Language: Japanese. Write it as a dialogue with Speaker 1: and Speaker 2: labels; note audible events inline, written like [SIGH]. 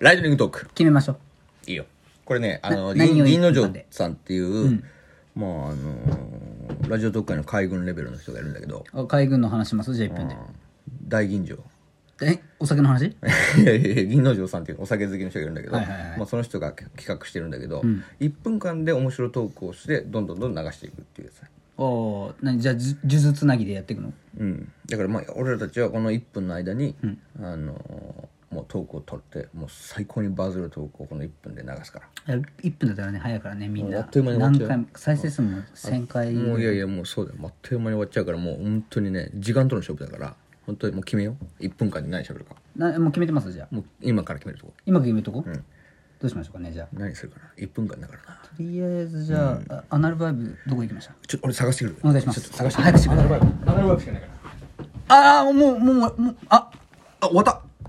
Speaker 1: ライトニングトーク。
Speaker 2: 決めましょう。
Speaker 1: いいよ。これね、あの、
Speaker 2: な何
Speaker 1: 銀
Speaker 2: を言う
Speaker 1: 銀の城
Speaker 2: まで
Speaker 1: さんっていう、まあ、あのーラジオ特会の海軍レベルの人がいるんだけど、
Speaker 2: あ海軍の話しますじゃあ1分で。
Speaker 1: 大吟醸。
Speaker 2: えお酒の話
Speaker 1: いやいや [LAUGHS] いや銀の城さんっていうお酒好きの人がいるんだけど、
Speaker 2: はいはいはい
Speaker 1: まあ、その人が企画してるんだけど、一1分間で面白いトークをして、どんどんどんどん流していくっていうやつ。
Speaker 2: おおー何じゃあじゅ数珠つなぎでやっていくの
Speaker 1: うん、だからまあ俺らたちはこの1分の間に、あのーもうトークを取ってもう最高にバズるトークをこの1分で流すから
Speaker 2: いや ?1 分だったらね、早いからね、みん
Speaker 1: あ
Speaker 2: な。
Speaker 1: っという間に終わっちゃ
Speaker 2: 何
Speaker 1: う
Speaker 2: 回も、再生数も1000回。
Speaker 1: もういやいやもうそうだよあっという間に終わっちゃうからもう本当にね時間との勝負だから本当にもう決めよう1分間で何喋るか
Speaker 2: なもう決めてますじゃあ。
Speaker 1: もう今から決めるとこ
Speaker 2: 今決めとこ、どうしましょうかね、じゃあ。
Speaker 1: 何するかな1分間だからな
Speaker 2: とりあえず、じゃあ、あアナルバイブ、どこ行きました
Speaker 1: ちょっと俺探してくる
Speaker 2: お願いします
Speaker 1: ちょっと探して
Speaker 2: 早くしてください
Speaker 1: アナルバイブしかないから
Speaker 2: ああ、もう、もう、もう、あ
Speaker 1: あ終わった